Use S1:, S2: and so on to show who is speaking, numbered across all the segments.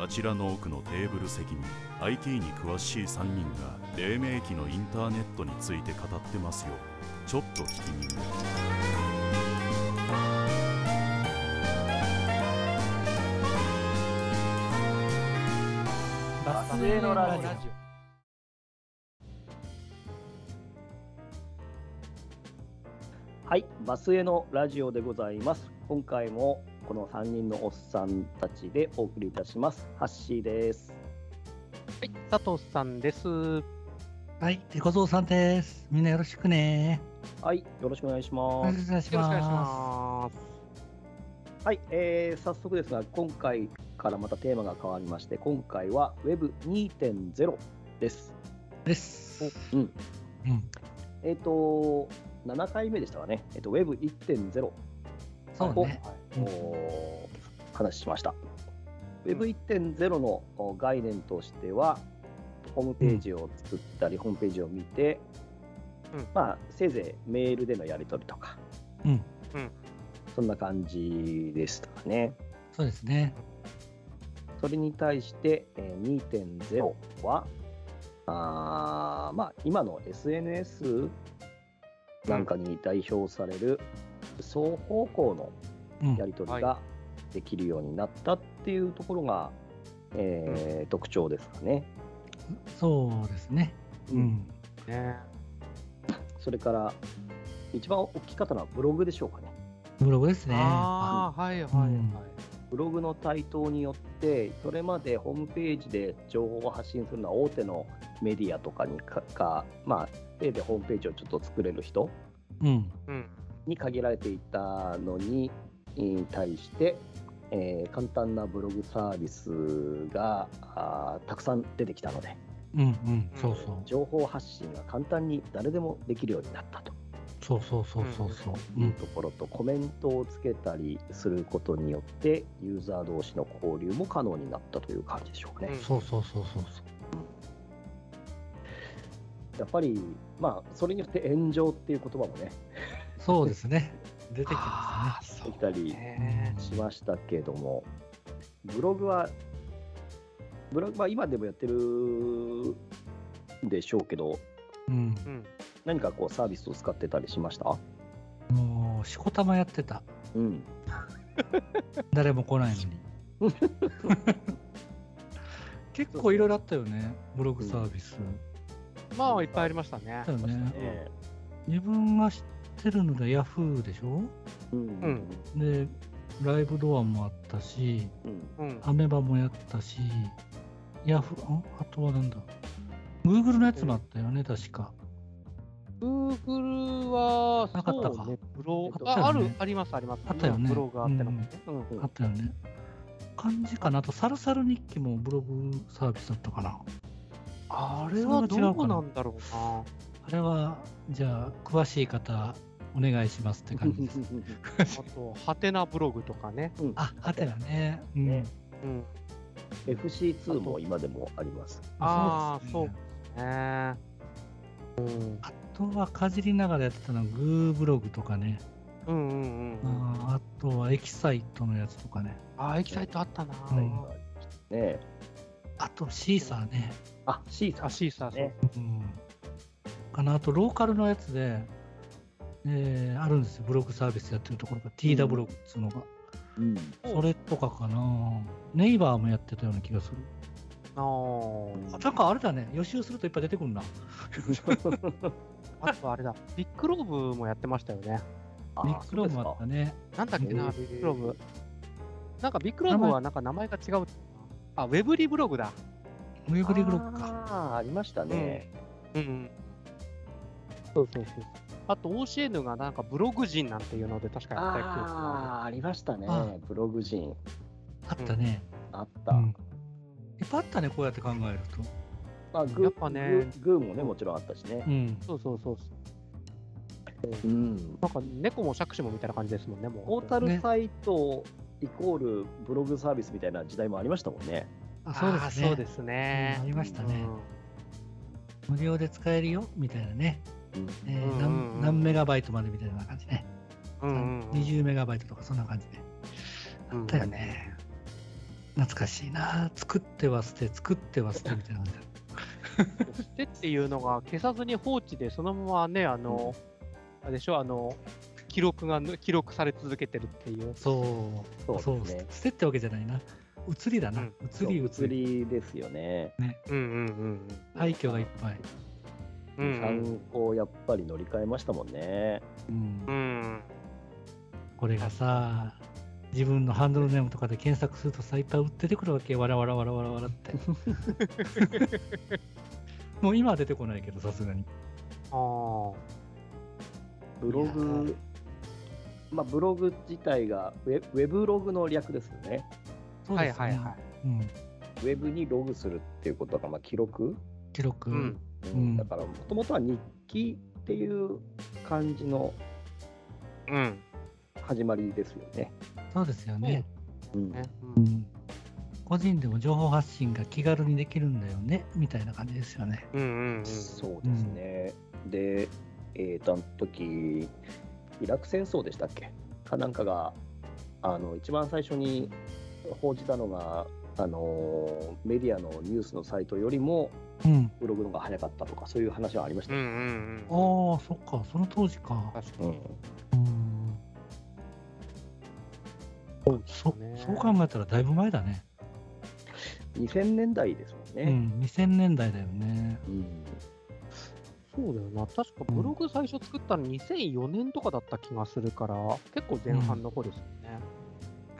S1: あちらの奥のテーブル席に IT に詳しい3人が黎明期のインターネットについて語ってますよちょっと聞きに
S2: バスへのラジオ
S3: はい、バスへのラジオでございます。今回もこの3人のおっさんたちでお送りいたします。ハッシーです。
S2: はい、佐藤さんです。は
S4: はい、手小僧さんです。みんなよろしくね。
S3: はい、よろしくお願いし
S4: よろ
S3: ま
S4: し
S3: す。
S4: くお願いし
S2: よろしくお願いし
S4: ま
S2: ます。
S3: はい、えー早速ですが、今回からまたテーマが変わりまして、今回は Web2.0 です。
S4: す。です。
S3: うん、
S4: うん、
S3: えっ、と、7回目でしたかね、えっと Web1.0 を、
S4: そうね。うん
S3: お話ししました。Web1.0 のお概念としては、ホームページを作ったり、ホームページを見て、
S2: うん
S3: まあ、せいぜいメールでのやり取りとか、
S4: うん
S2: うん
S3: そんな感じでしたかね。
S4: そうですね。
S3: それに対して、えー2.0はあー、まあ、今の SNS なんかに代表される双方向の
S4: うん
S3: や、り取りができるようになったっていうところが、えー特徴ですかね。
S4: そうですね。うん、
S2: ね、
S3: それから一番大きかったのはブログでしょうかね。
S4: ブログですね。
S2: ああ、はいはいは
S3: ブログの台頭によってそれまでホームページで情報を発信するのは大手のメディアとかにかかまあせいでホームページをちょっと作れる人
S4: うん、
S2: い。うん。
S3: に限られていたのにえー対して、えー簡単なブログサービスがあーたくさん出てきたので
S4: うん、うん、そうそう。
S3: 情報発信が簡単に誰でもできるようになったと
S4: そうそうそうそうそう。う
S3: いう
S4: う
S3: ところと、コメントをつけたりすることによってユーザー同士の交流も可能になったという感じでしょうかね。
S2: うん
S4: そうそうそうそうそう。
S3: やっぱり、まあ、それによって炎上っていう言葉もね、
S4: そうですね。出てきま
S2: ああ、そ
S3: できたり
S4: す
S2: ね。。
S4: ね
S3: しましたけれども、ブログは、ブログは今でもやってるんでしょうけど、
S4: うん、
S2: うん。
S3: 何かこうサービスを使ってたりしました
S4: もうしこたまやってた。
S3: うん。
S4: 誰も来ないのに。 結構いろいろあったよね。ブログサービス。
S2: まあ、いっぱいありましたね
S4: あった。よね。
S3: え
S4: 自分が知ってるのでヤフーでしょ
S3: えうん。
S2: ん
S4: でライブドアもあったし
S3: うん。
S2: うん。
S4: アメバもやったしヤフーんあとはなんだ Google のやつもあったよね確か
S2: Google は、
S4: なかったか
S2: そうねブログ、
S4: あ
S2: あ、
S4: あ
S2: あ
S4: ったよ
S2: る
S4: ね、
S2: あります、あります。
S4: あったよね
S2: ブログがあってのもね。うん。
S4: あったよね感じかなあとサルサル日記もブログサービスだったかな
S2: あれはどこなんだろうな。
S4: あれはじゃあ詳しい方お願いしますって感じです
S2: あ と、ハテナブログとかね。
S4: ああてだねうん
S3: ね
S2: うん。
S3: FC2 も今でもあります。
S2: ああ、
S4: そ
S2: そうう
S4: ですね
S2: ね。うん。
S4: あとはかじりながらやってたのは Goo ブログとかね
S2: うんうんうん。
S4: あーあとはエキサイトのやつとかね
S2: ああ、エキサイトあったな。
S4: うん
S3: ねえ。
S4: あとシーサーね
S3: あ、C さ
S2: あ、
S3: ん。
S2: シーサーそう
S3: ね
S4: うんかなあとローカルのやつで、えーあるんですよブログサービスやってるところが TW ブログっつうのが、
S3: うん。
S4: それとかかなネイバーもやってたような気がする
S2: あー
S4: あなんかあれだね予習するといっぱい出てくるな
S2: あとあれだ、ビッグローブもやってましたよね。
S3: あ
S4: ビッグローブもあったね
S2: なんだっけ
S3: へ
S2: な、
S3: ー
S2: ビッグローブ。なんかビッグローブはなんか名前が違う。あ、ウェブリブログだ。
S4: ウェ
S3: そ
S4: ブ
S3: うで
S4: リ
S3: す
S4: ブ
S3: か
S4: ロックか
S3: ああ、ありましたね。
S2: うんうん。そうそうそう。あと OCN がなんかブログ人なんていうので確かやった記憶があ
S3: ああ、ありましたね
S4: あ。
S3: ブログ人。
S4: あったね、
S3: あった。
S4: うん、いっぱいあったねこうやって考えると
S3: まあ、グー
S2: やっぱね
S3: グーグーもね、もちろんあったしね
S4: う。ん
S2: る。そうそうそう。
S3: うん。
S2: なんか猫も杓子もみたいな感じですもんね、もう。
S3: ポータルサイトイコールブログサービスみたいな時代もありましたもんね。
S4: あそうですね
S2: あーそうですね
S4: うんありましたね、
S2: うん
S4: 無料で使えるよみたいなね、
S3: うん
S4: えー
S2: うんうんうん
S4: 何何メガバイトまでみたいな感じね、
S2: うんうんうん。
S4: 20メガバイトとかそんな感じね
S2: うん
S4: だよね。懐かしいな作っては捨て作っては捨てみたいな感じ
S2: 捨てっていうのが消さずに放置でそのままねあの、あれでしょあの記録がぬ記録され続けてるっていう
S4: そう
S3: そう
S4: そう
S3: ですね
S4: 捨てってわけじゃないな移りだな、
S2: うん
S4: 移り
S3: そう
S4: 移り
S3: 移りですよね。
S2: うんうん
S4: 廃墟がいっぱい、
S2: うんうんうん
S3: 3個やっぱり乗り換えましたもんね。
S4: うん
S2: うん
S4: これがさ自分のハンドルネームとかで検索するとさいっぱい売っててくるわけわらわらわらわらわらって もう今は出てこないけどさすがに
S2: あー
S3: ブロ
S4: いや
S3: グ、まあ、ブログ自体がウェ、ウェブログの略ですよね。
S4: そう
S2: は
S4: で
S2: い
S4: すね、
S2: はいはい
S4: うん、
S3: ウェブにログするっていうことが、まあ、記録、
S4: 記録、
S2: うん
S4: うん
S3: だから、もともとは日記っていう感じの
S2: うん
S3: 始まりですよね。
S4: そうですよね、
S3: うん
S2: ね
S4: う
S2: うん
S4: ん、個人でも情報発信が気軽にできるんだよねみたいな感じですよね
S2: うんうんうん
S3: そうですね。で、えーと、あの時、イラク戦争でしたっけかなんかが、あの、一番最初に報じたのが、あのメディアのニュースのサイトよりも
S4: うん
S3: ブログの方が早かったとかそういう話はありました
S2: うんう
S3: よね、
S2: ん
S4: あ
S2: うん
S4: ーそっかその当時か
S2: 確か
S3: う
S2: に
S3: ん
S4: うんそ
S2: ね
S4: そう考えたらだいぶ前だね、
S3: 2000年代ですもん
S4: う
S3: ね。
S4: ん、2000年代だよね
S3: うん
S2: そうだよな確かブログ最初作ったの2004年とかだった気がするから結構前半の方ですよね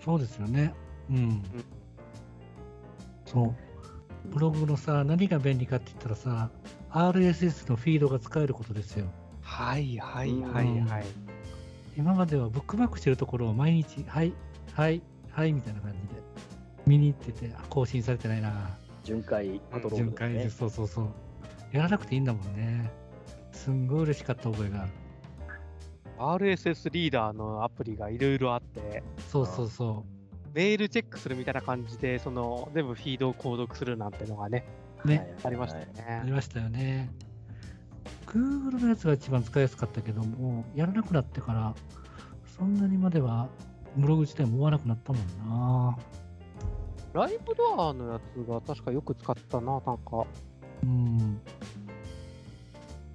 S4: そうですよねうん、そうブログのさ何が便利かって言ったらさ RSS のフィードが使えることですよ
S2: はいはい
S4: はいはい今まではブックマークしてるところを毎日はいはいはいみたいな感じで見に行っててあ更新されてないな
S3: 巡回パトロー
S4: 巡
S3: ル
S4: 回
S3: で
S4: です
S3: ね。
S4: そうそうそうやらなくていいんだもんねすんごい嬉しかった覚えがある
S2: RSS リーダーのアプリがいろいろあって
S4: そうそうそ
S2: メールチェックするみたいな感じでその全部フィードを購読するなんてのがね
S4: うね、
S3: はい
S2: ありましたよ
S4: あり
S2: ね
S4: ましたよね Google のやつが一番使いやすかったけどもやらなくなってからそんなにまではブログ自体も追わなくなったもんな
S2: ライブドアのやつが確かよく使ったななんか
S4: うん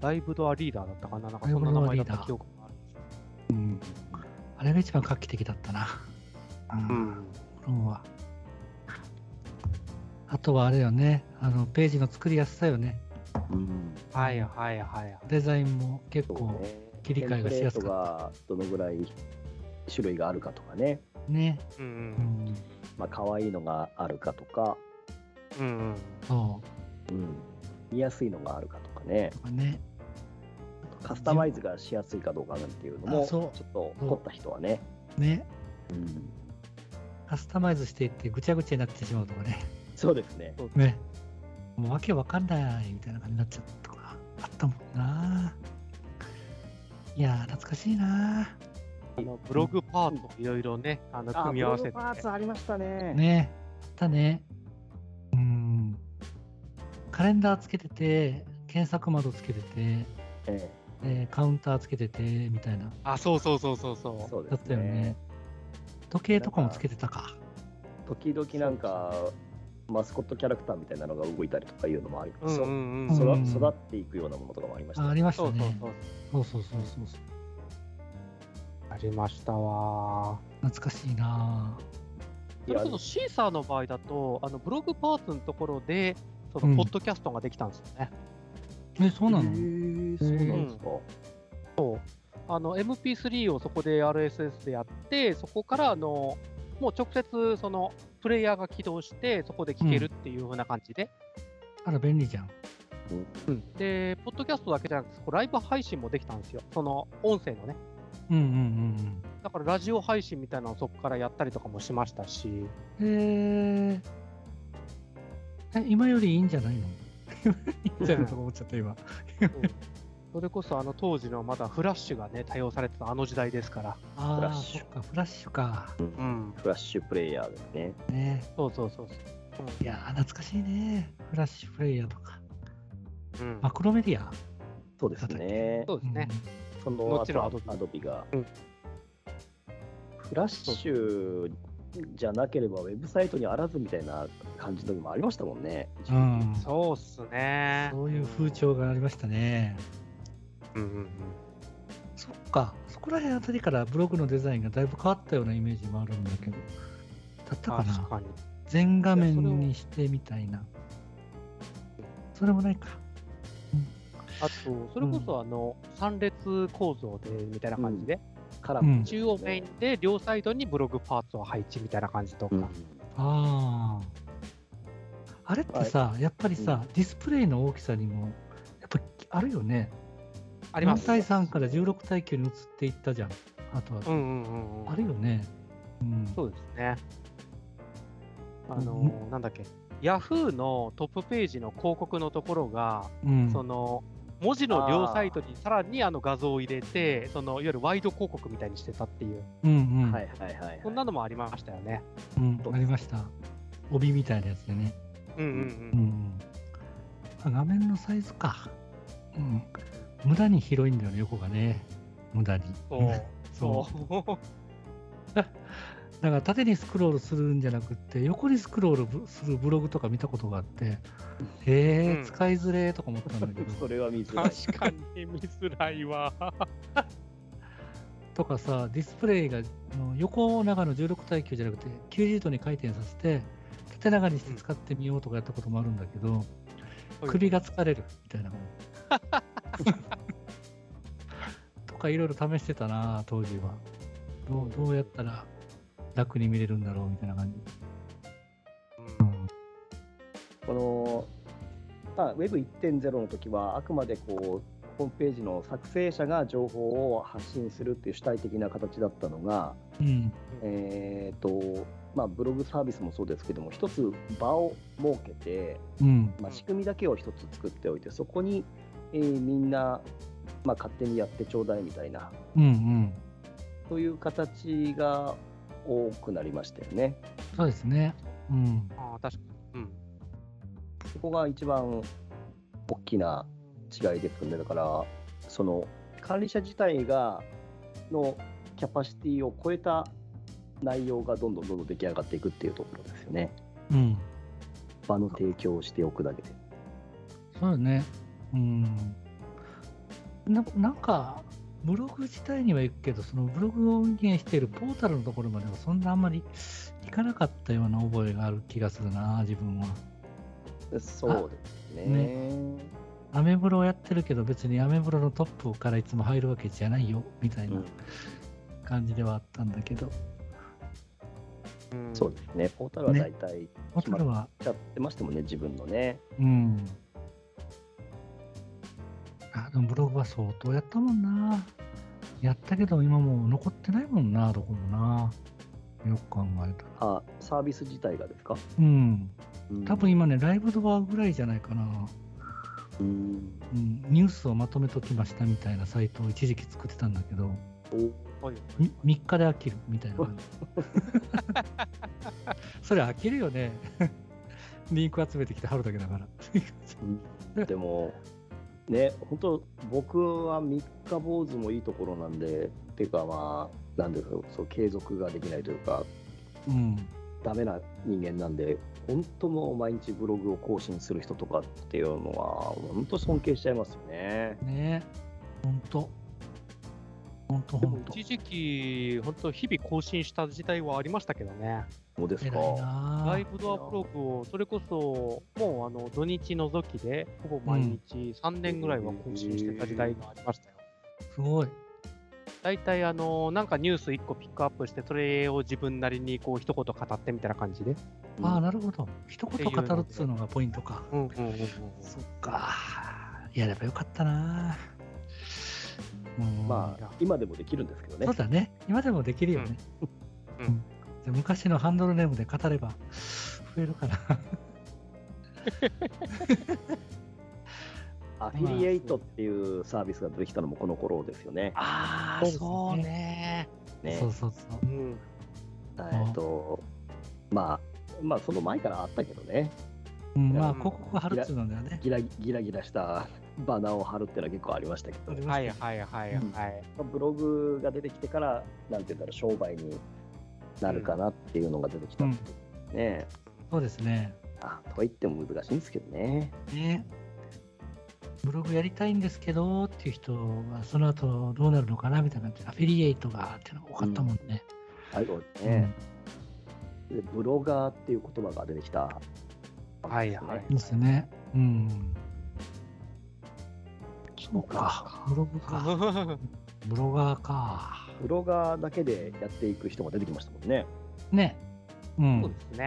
S2: ライブドアリーダーだったかななんか
S4: ライ
S2: そん
S4: ブド
S2: な
S4: ア
S2: 名前だった
S4: リーダー
S2: 記憶がある
S4: あれが一番画期的だったなうん
S2: うん
S4: フロンは。あとはあれよね、あのページの作りやすさよね。
S3: うん
S2: はいはいはいはい
S4: デザインも結
S3: そう
S4: 構
S3: ね
S4: 切り替えがしやす
S3: テンプレート
S4: か
S3: がどのぐらい種類があるかとかね、
S4: ね。
S2: うん
S4: うん、
S3: まあ可愛いのがあるかとか、
S2: うんうんうん
S4: そ
S3: うん見やすいのがあるかとかね
S4: う、とかね。
S3: カスタマイズがしやすいかどうかなんていうのも、
S4: あ
S3: ちょ
S4: そ
S3: っ
S4: う
S3: と凝った人はね。
S4: ね。
S3: うん
S4: カスタマイズしていってぐちゃぐちゃになってしまうとかね。
S3: そうですね。
S4: ね。もうわけわかんないみたいな感じになっちゃったとか、あったもんな。いやー、懐かしいな。
S2: あのブログパートいろいろね、あの組み合わせて、
S3: ブログパーツありましたね。
S4: ね。あったね。うん。カレンダーつけてて、検索窓つけてて、
S3: え
S4: えーカウンターつけててみたいな
S2: あ、そうそうそうそうそ
S3: え
S2: う。
S3: そうで
S4: だっ
S3: す
S4: たよね
S3: ね。
S4: 時計とかもつけてたか
S3: 時々なんかマスコットキャラクターみたいなのが動いたりとかいうのもあり、
S2: うんうんう
S3: そ
S2: ん。
S4: う
S3: 育育っていくようなものとかもありましたね
S4: あありまし
S2: そ
S4: た
S2: うそう
S4: ね
S2: そう。
S4: そうそうそうそうそう
S2: ありましたわ。
S4: 懐かしいなぁ
S2: そ
S3: い
S2: れ
S3: や
S2: こそシーサーの場合だと、あのブログパーツのところで、そ
S4: うん
S2: のポッドキャストができたんですよね。
S4: えそうなの、
S3: へえそうなんですか。
S2: あの MP3 をそこで RSS でやって、そこからあのもう直接そのプレイヤーが起動して、そこで聞けるっていう風な感じで、
S4: あら便利じゃん
S2: で、ポッドキャストだけじゃなくて、こうライブ配信もできたんですよ。その音声のね。
S4: うんうん
S2: だからラジオ配信みたいなのをそこからやったりとかもしました し、
S4: うんうんへええ今よりいいんじゃないのいいんじゃないのとか思っちゃった今
S2: それこそあの当時のまだフラッシュがね、多用されてたあの時代ですから。
S4: あ
S3: フラ
S4: あ
S3: ッ
S4: そ
S3: シュ
S4: っかフラッシュか
S2: うん。
S3: フラッシュプレイヤーですね。
S4: ね
S2: そうそうそう
S4: いやー懐かしいねフラッシュプレイヤーとか
S2: そう。うん
S4: マクロメディア
S3: そうですね。
S2: そうですね。
S3: その
S2: もちろん
S3: 後アドビが。
S2: うん
S3: フラッシュじゃなければウェブサイトにあらずみたいな感じの時もありましたもんね。
S4: うん、
S2: そうっすね。
S4: そういう風潮がありましたね。
S2: うんうんうん。
S4: そっか、そこら辺あたりからブログのデザインがだいぶ変わったようなイメージもあるんだけど、だったか
S2: 確
S4: な
S2: かに。
S4: 全画
S2: いやそれを
S4: 面にしてみたいな。それもないか。
S2: あと、それこそあの、三列構造でみたいな感じで、
S3: カラ
S4: う
S3: ー
S4: ん
S2: 中央メインで両サイドにブログパーツを配置みたいな感じとか。
S3: うん
S4: ああ。あれってさ、やっぱりさ、ディスプレイの大きさにも、やっぱりあるよね。
S2: あります。
S4: 4対3から16対9に移っていったじゃん。あとは、
S2: うんうんうんうん。
S4: あるよね。うん。
S2: そうですね。あ
S4: う
S2: の、なんだっけ。ヤフーのトップページの広告のところが、
S4: うん
S2: その、文字の両サイドにさらにあの画像を入れて、そのいわゆるワイド広告みたいにしてたっていう、
S4: うんうん。
S3: はいはいはいはい。
S2: そんなのもありましたよね。
S4: うん、ありました。帯みたいなやつでね。
S2: うん
S4: う
S2: うんん
S4: あ画面のサイズか。うん。無駄に広いんだよね、横がね。無駄に。
S2: うん。そう。
S4: そ
S2: そう。
S4: う。だから縦にスクロールするんじゃなくって、横にスクロールするブログとか見たことがあって、へえ、
S2: うん
S4: 使いづれーとか思ったんだけ
S3: そ
S4: ど、
S3: れは見づら い。
S2: 確かに見づらいわ。
S4: とかさ、ディスプレイがあの横長の16対9じゃなくて、90度に回転させて、縦長にして使ってみようとかやったこともあるんだけど、首が疲れるみたいな。 とかいろいろ試してたな当時はどう。どうやったら楽に見れるんだろうみたいな感じ。
S3: この、まあ、Web1.0 の時はあくまでこうホームページの作成者が情報を発信するっていう主体的な形だったのが、
S4: うん
S3: えーとまあ、ブログサービスもそうですけども一つ場を設けて、
S4: うん
S3: まあ、
S2: うん
S3: 仕組みだけを一つ作っておいてそこに、えーみんな、まあ、勝手にやってちょうだいみたいな
S4: うんうん。
S3: そういう形が多くなりましたよね。
S4: そうですね。うん
S2: ああ、確かに。うん。
S3: そこが一番大きな違いですよね。だから、その管理者自体がのキャパシティを超えた内容がどんどんどんどん出来上がっていくっていうところですよね。
S4: うん。
S3: 場の提供をしておくだけで。
S4: そうだね。うん。ななんかブログ自体には行くけどそのブログを運営しているポータルのところまではそんなあんまり行かなかったような覚えがある気がするな自分は。
S3: そうですね。
S4: アメブロをやってるけど別にアメブロのトップからいつも入るわけじゃないよみたい
S3: うん
S4: な感じではあったんだけど、
S3: そうですね。ポータルは
S4: ね
S3: 大体
S4: ホタルは
S3: やってましたもんね、自分のね。
S4: うんあでもブログは相当やったもんなやったけど今もう残ってないもんなどこもなよく考えたら
S3: あ、サービス自体がですか
S4: うん
S3: うん
S4: 多分今ねライブドアぐらいじゃないかな、
S3: うん
S4: うん、ニュースをまとめときましたみたいなサイトを一時期作ってたんだけど
S2: はい
S4: み3日で飽きるみたいな感じそれ飽きるよねリンク集めてきて貼るだけだから
S3: でも、ね、本当、僕は三日坊主もいいところなんで、てかまあ、なんでしょう、そう継続ができないというか、
S4: うん
S3: ダメな人間なんで、本当もう毎日ブログを更新する人とかっていうのは、本当尊敬しちゃいますよね。
S4: ねほんとほんと
S2: で
S4: ほ
S2: も
S4: んと
S2: 一時期、本当、日々更新した時代はありましたけどね、
S3: そうです
S4: 偉い
S3: か。
S4: な
S2: ライブドアブログを、それこそもうあの土日除きで、ほぼ毎日3年ぐらいは更新してた時代がありましたよ。
S4: すごい
S2: 大体、あのなんかニュース1個ピックアップして、それを自分なりにこう一言語ってみたいな感じで。
S3: うん
S4: ああなるほど一言語るっつうのがポイントか
S2: うんうんうんうん
S4: そっかやればよかったなうん
S3: まあ、今でもできるんですけどね
S4: そう。だね今でもできるよね、
S2: うん
S4: うんで昔のハンドルネームで語れば増えるかな
S3: アフィリエイトっていうサービスができたのもこの頃ですよね。
S4: あ
S2: ーそう
S4: ね
S3: ね
S4: そうそうそう
S2: うんうん
S3: えっと、まあ、まあ、その前からあったけどね。
S4: うん、
S3: うん
S4: まあ広告貼るっていうのだよね
S3: ギラギラギラしたバナーを貼るってのは結構ありましたけど、
S2: はいはいはいはい。
S3: ブログが出てきてから、なんて言うんだろう、商売になるかなっていうのが出てきたんですね。
S4: そうですね。
S3: あとは言っても難しいんですけどね。
S4: ね。ブログやりたいんですけどっていう人は、その後どうなるのかなみたいな感じで、アフィリエイトがっていうのが多かったもんね。
S3: はい、そうですね。でブロガーっていう言葉が出てきた、
S2: はいはい
S4: うんですね。うん。そうか。ブログか。ブロガーか。
S3: ブロガーだけでやっていく人も出てきましたもんね。
S4: ね。う
S2: そうんで。す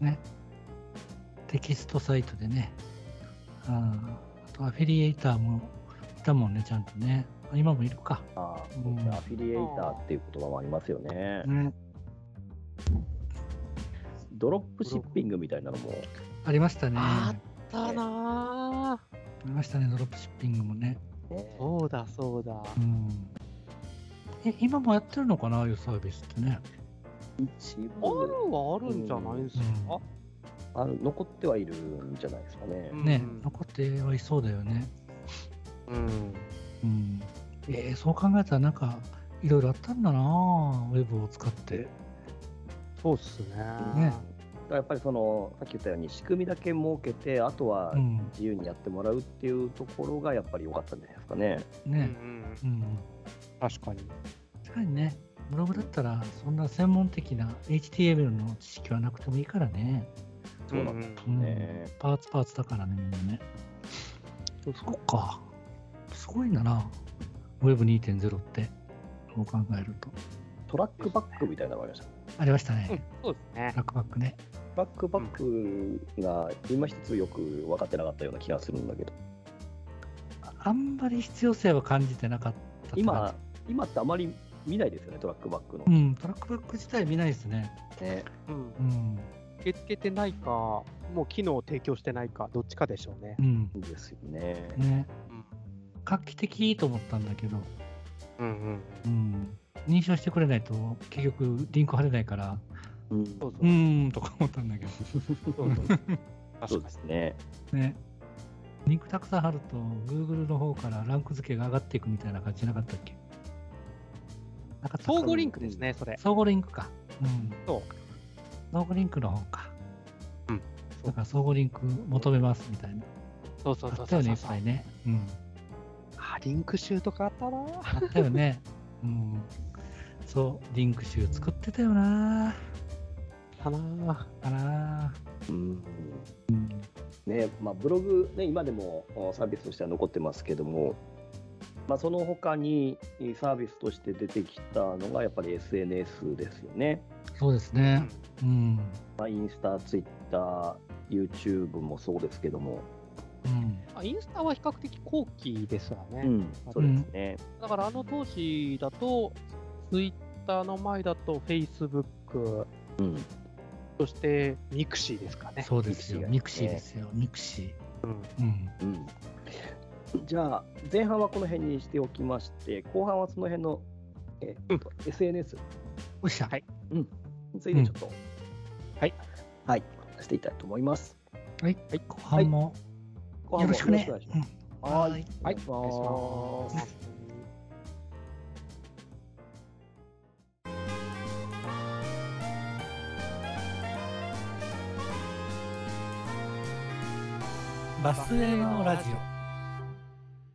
S2: ね。
S4: テキストサイトでね。うん。あと、アフィリエイターもいたもんね、ちゃんとね。あ今もいるか。
S3: ああ
S4: うん
S3: そうですねアフィリエイターっていう言葉もありますよね。
S4: ね。
S3: ドロップシッピングみたいなのも、
S4: ありましたね。
S2: あ
S4: あ
S2: だなぁ
S4: りましたね、ドロップシッピングもね。
S3: ね
S2: そうだそうだ。
S4: うん。え、今もやってるのかな、ああいうサービスってね。
S3: 一
S2: ある
S3: 部
S2: はあるんじゃないですか、
S3: ある残ってはいるんじゃないですかね。
S2: うん
S4: ね、残ってはいそうだよね。
S2: うん
S4: うん。えーそう考えたら、なんか、いろいろあったんだなぁウェブを使って。
S2: そうっすね。
S4: ね
S3: だからやっぱりそのさっき言ったように仕組みだけ設けてあとは
S4: うん。
S3: 自由にやってもらうっていうところがやっぱり良かったんじゃないですかね。
S2: うんう
S4: ね。
S2: ん
S4: うん。
S2: 確かに。
S4: 確かにね、ブログだったら、そんな専門的な HTML の知識はなくてもいいからね。
S3: そうなん
S2: ん
S4: うん
S3: ね
S4: パーツパーツだからね、みんなね。
S2: そう
S4: そっか。すごいんだな。Web2.0 って。そう考えると。
S3: トラックバックみたいなのがありました。
S4: ありましたね。
S2: そうですね。
S4: ラックバックね。
S3: バックバックが今一つよく分かってなかったような気がするんだけど、
S4: あんまり必要性は感じてなかったか
S3: 今、今ってあまり見ないですよね、トラックバックの
S4: う。ん、トラックバック自体見ないですね。
S3: ね
S2: うん
S4: うん。
S2: 受け付けてないか、もう機能を提供してないか、どっちかでしょうね
S4: う。ん。
S3: ですよね。
S4: ね。画期的と思ったんだけど、
S2: うんうん。
S4: うん。認証してくれないと、結局、リンク貼れないから、
S3: うん
S2: そうそうう。
S4: ーんとか思ったんだけど。
S2: そうそう
S3: そう
S2: 確か
S3: ですね。
S4: ね。リンクたくさん貼ると、Google の方からランク付けが上がっていくみたいな感じじゃなかったっけなんか
S2: 相互リンクですね、それ。
S4: 相互リンクか。うん。
S2: そう。
S4: 相互リンクの方か。
S2: うん。
S4: だから相互リンク求めますみたいな。
S2: そうそう
S4: あ
S2: そう
S4: った
S2: そ
S4: よ
S2: う
S4: ね、い
S2: そう
S4: っぱいね。うん。
S2: あ、リンク集とかあったなぁ。
S4: あったよね。うん。そう、リンク集作ってたよな。
S2: かなぁ。
S4: かな。
S3: うん
S4: うん。
S3: ねまあ、ブログ、ね、今でもおサービスとしては残ってますけども、まあ、その他にいいサービスとして出てきたのがやっぱり SNS ですよね。
S4: そうですね。うん。
S3: まあ、インスタ、ツイッター、YouTube もそうですけども、
S4: うん。
S2: あインスタは比較的後期ですわね。
S3: うん、そうですね。
S2: だからあの当時だと、ツイッターの前だと、Facebook、
S3: うん
S2: そしてミクシーですかね。
S4: そうですよ。ミ
S3: ミ
S4: ク
S3: ク
S4: シ
S3: シ
S4: ー
S3: ー
S4: で
S3: です
S4: よ。ミクシ
S2: うん
S4: ー。うん。
S3: うんじゃあ前半はこの辺にしておきまして後半はその辺の、えっと SNS
S4: おっしゃ。
S2: はい
S3: についてちょっと、
S2: はい
S3: はい話していきたいと思います。
S4: はい。後半も
S3: 後
S4: よ
S3: 半も
S4: ろしくね。
S3: よろしくお願いします
S4: うん
S3: はーい
S4: はい。
S2: はい、
S3: お願いし
S2: お願いします。
S4: バスへのラジオ。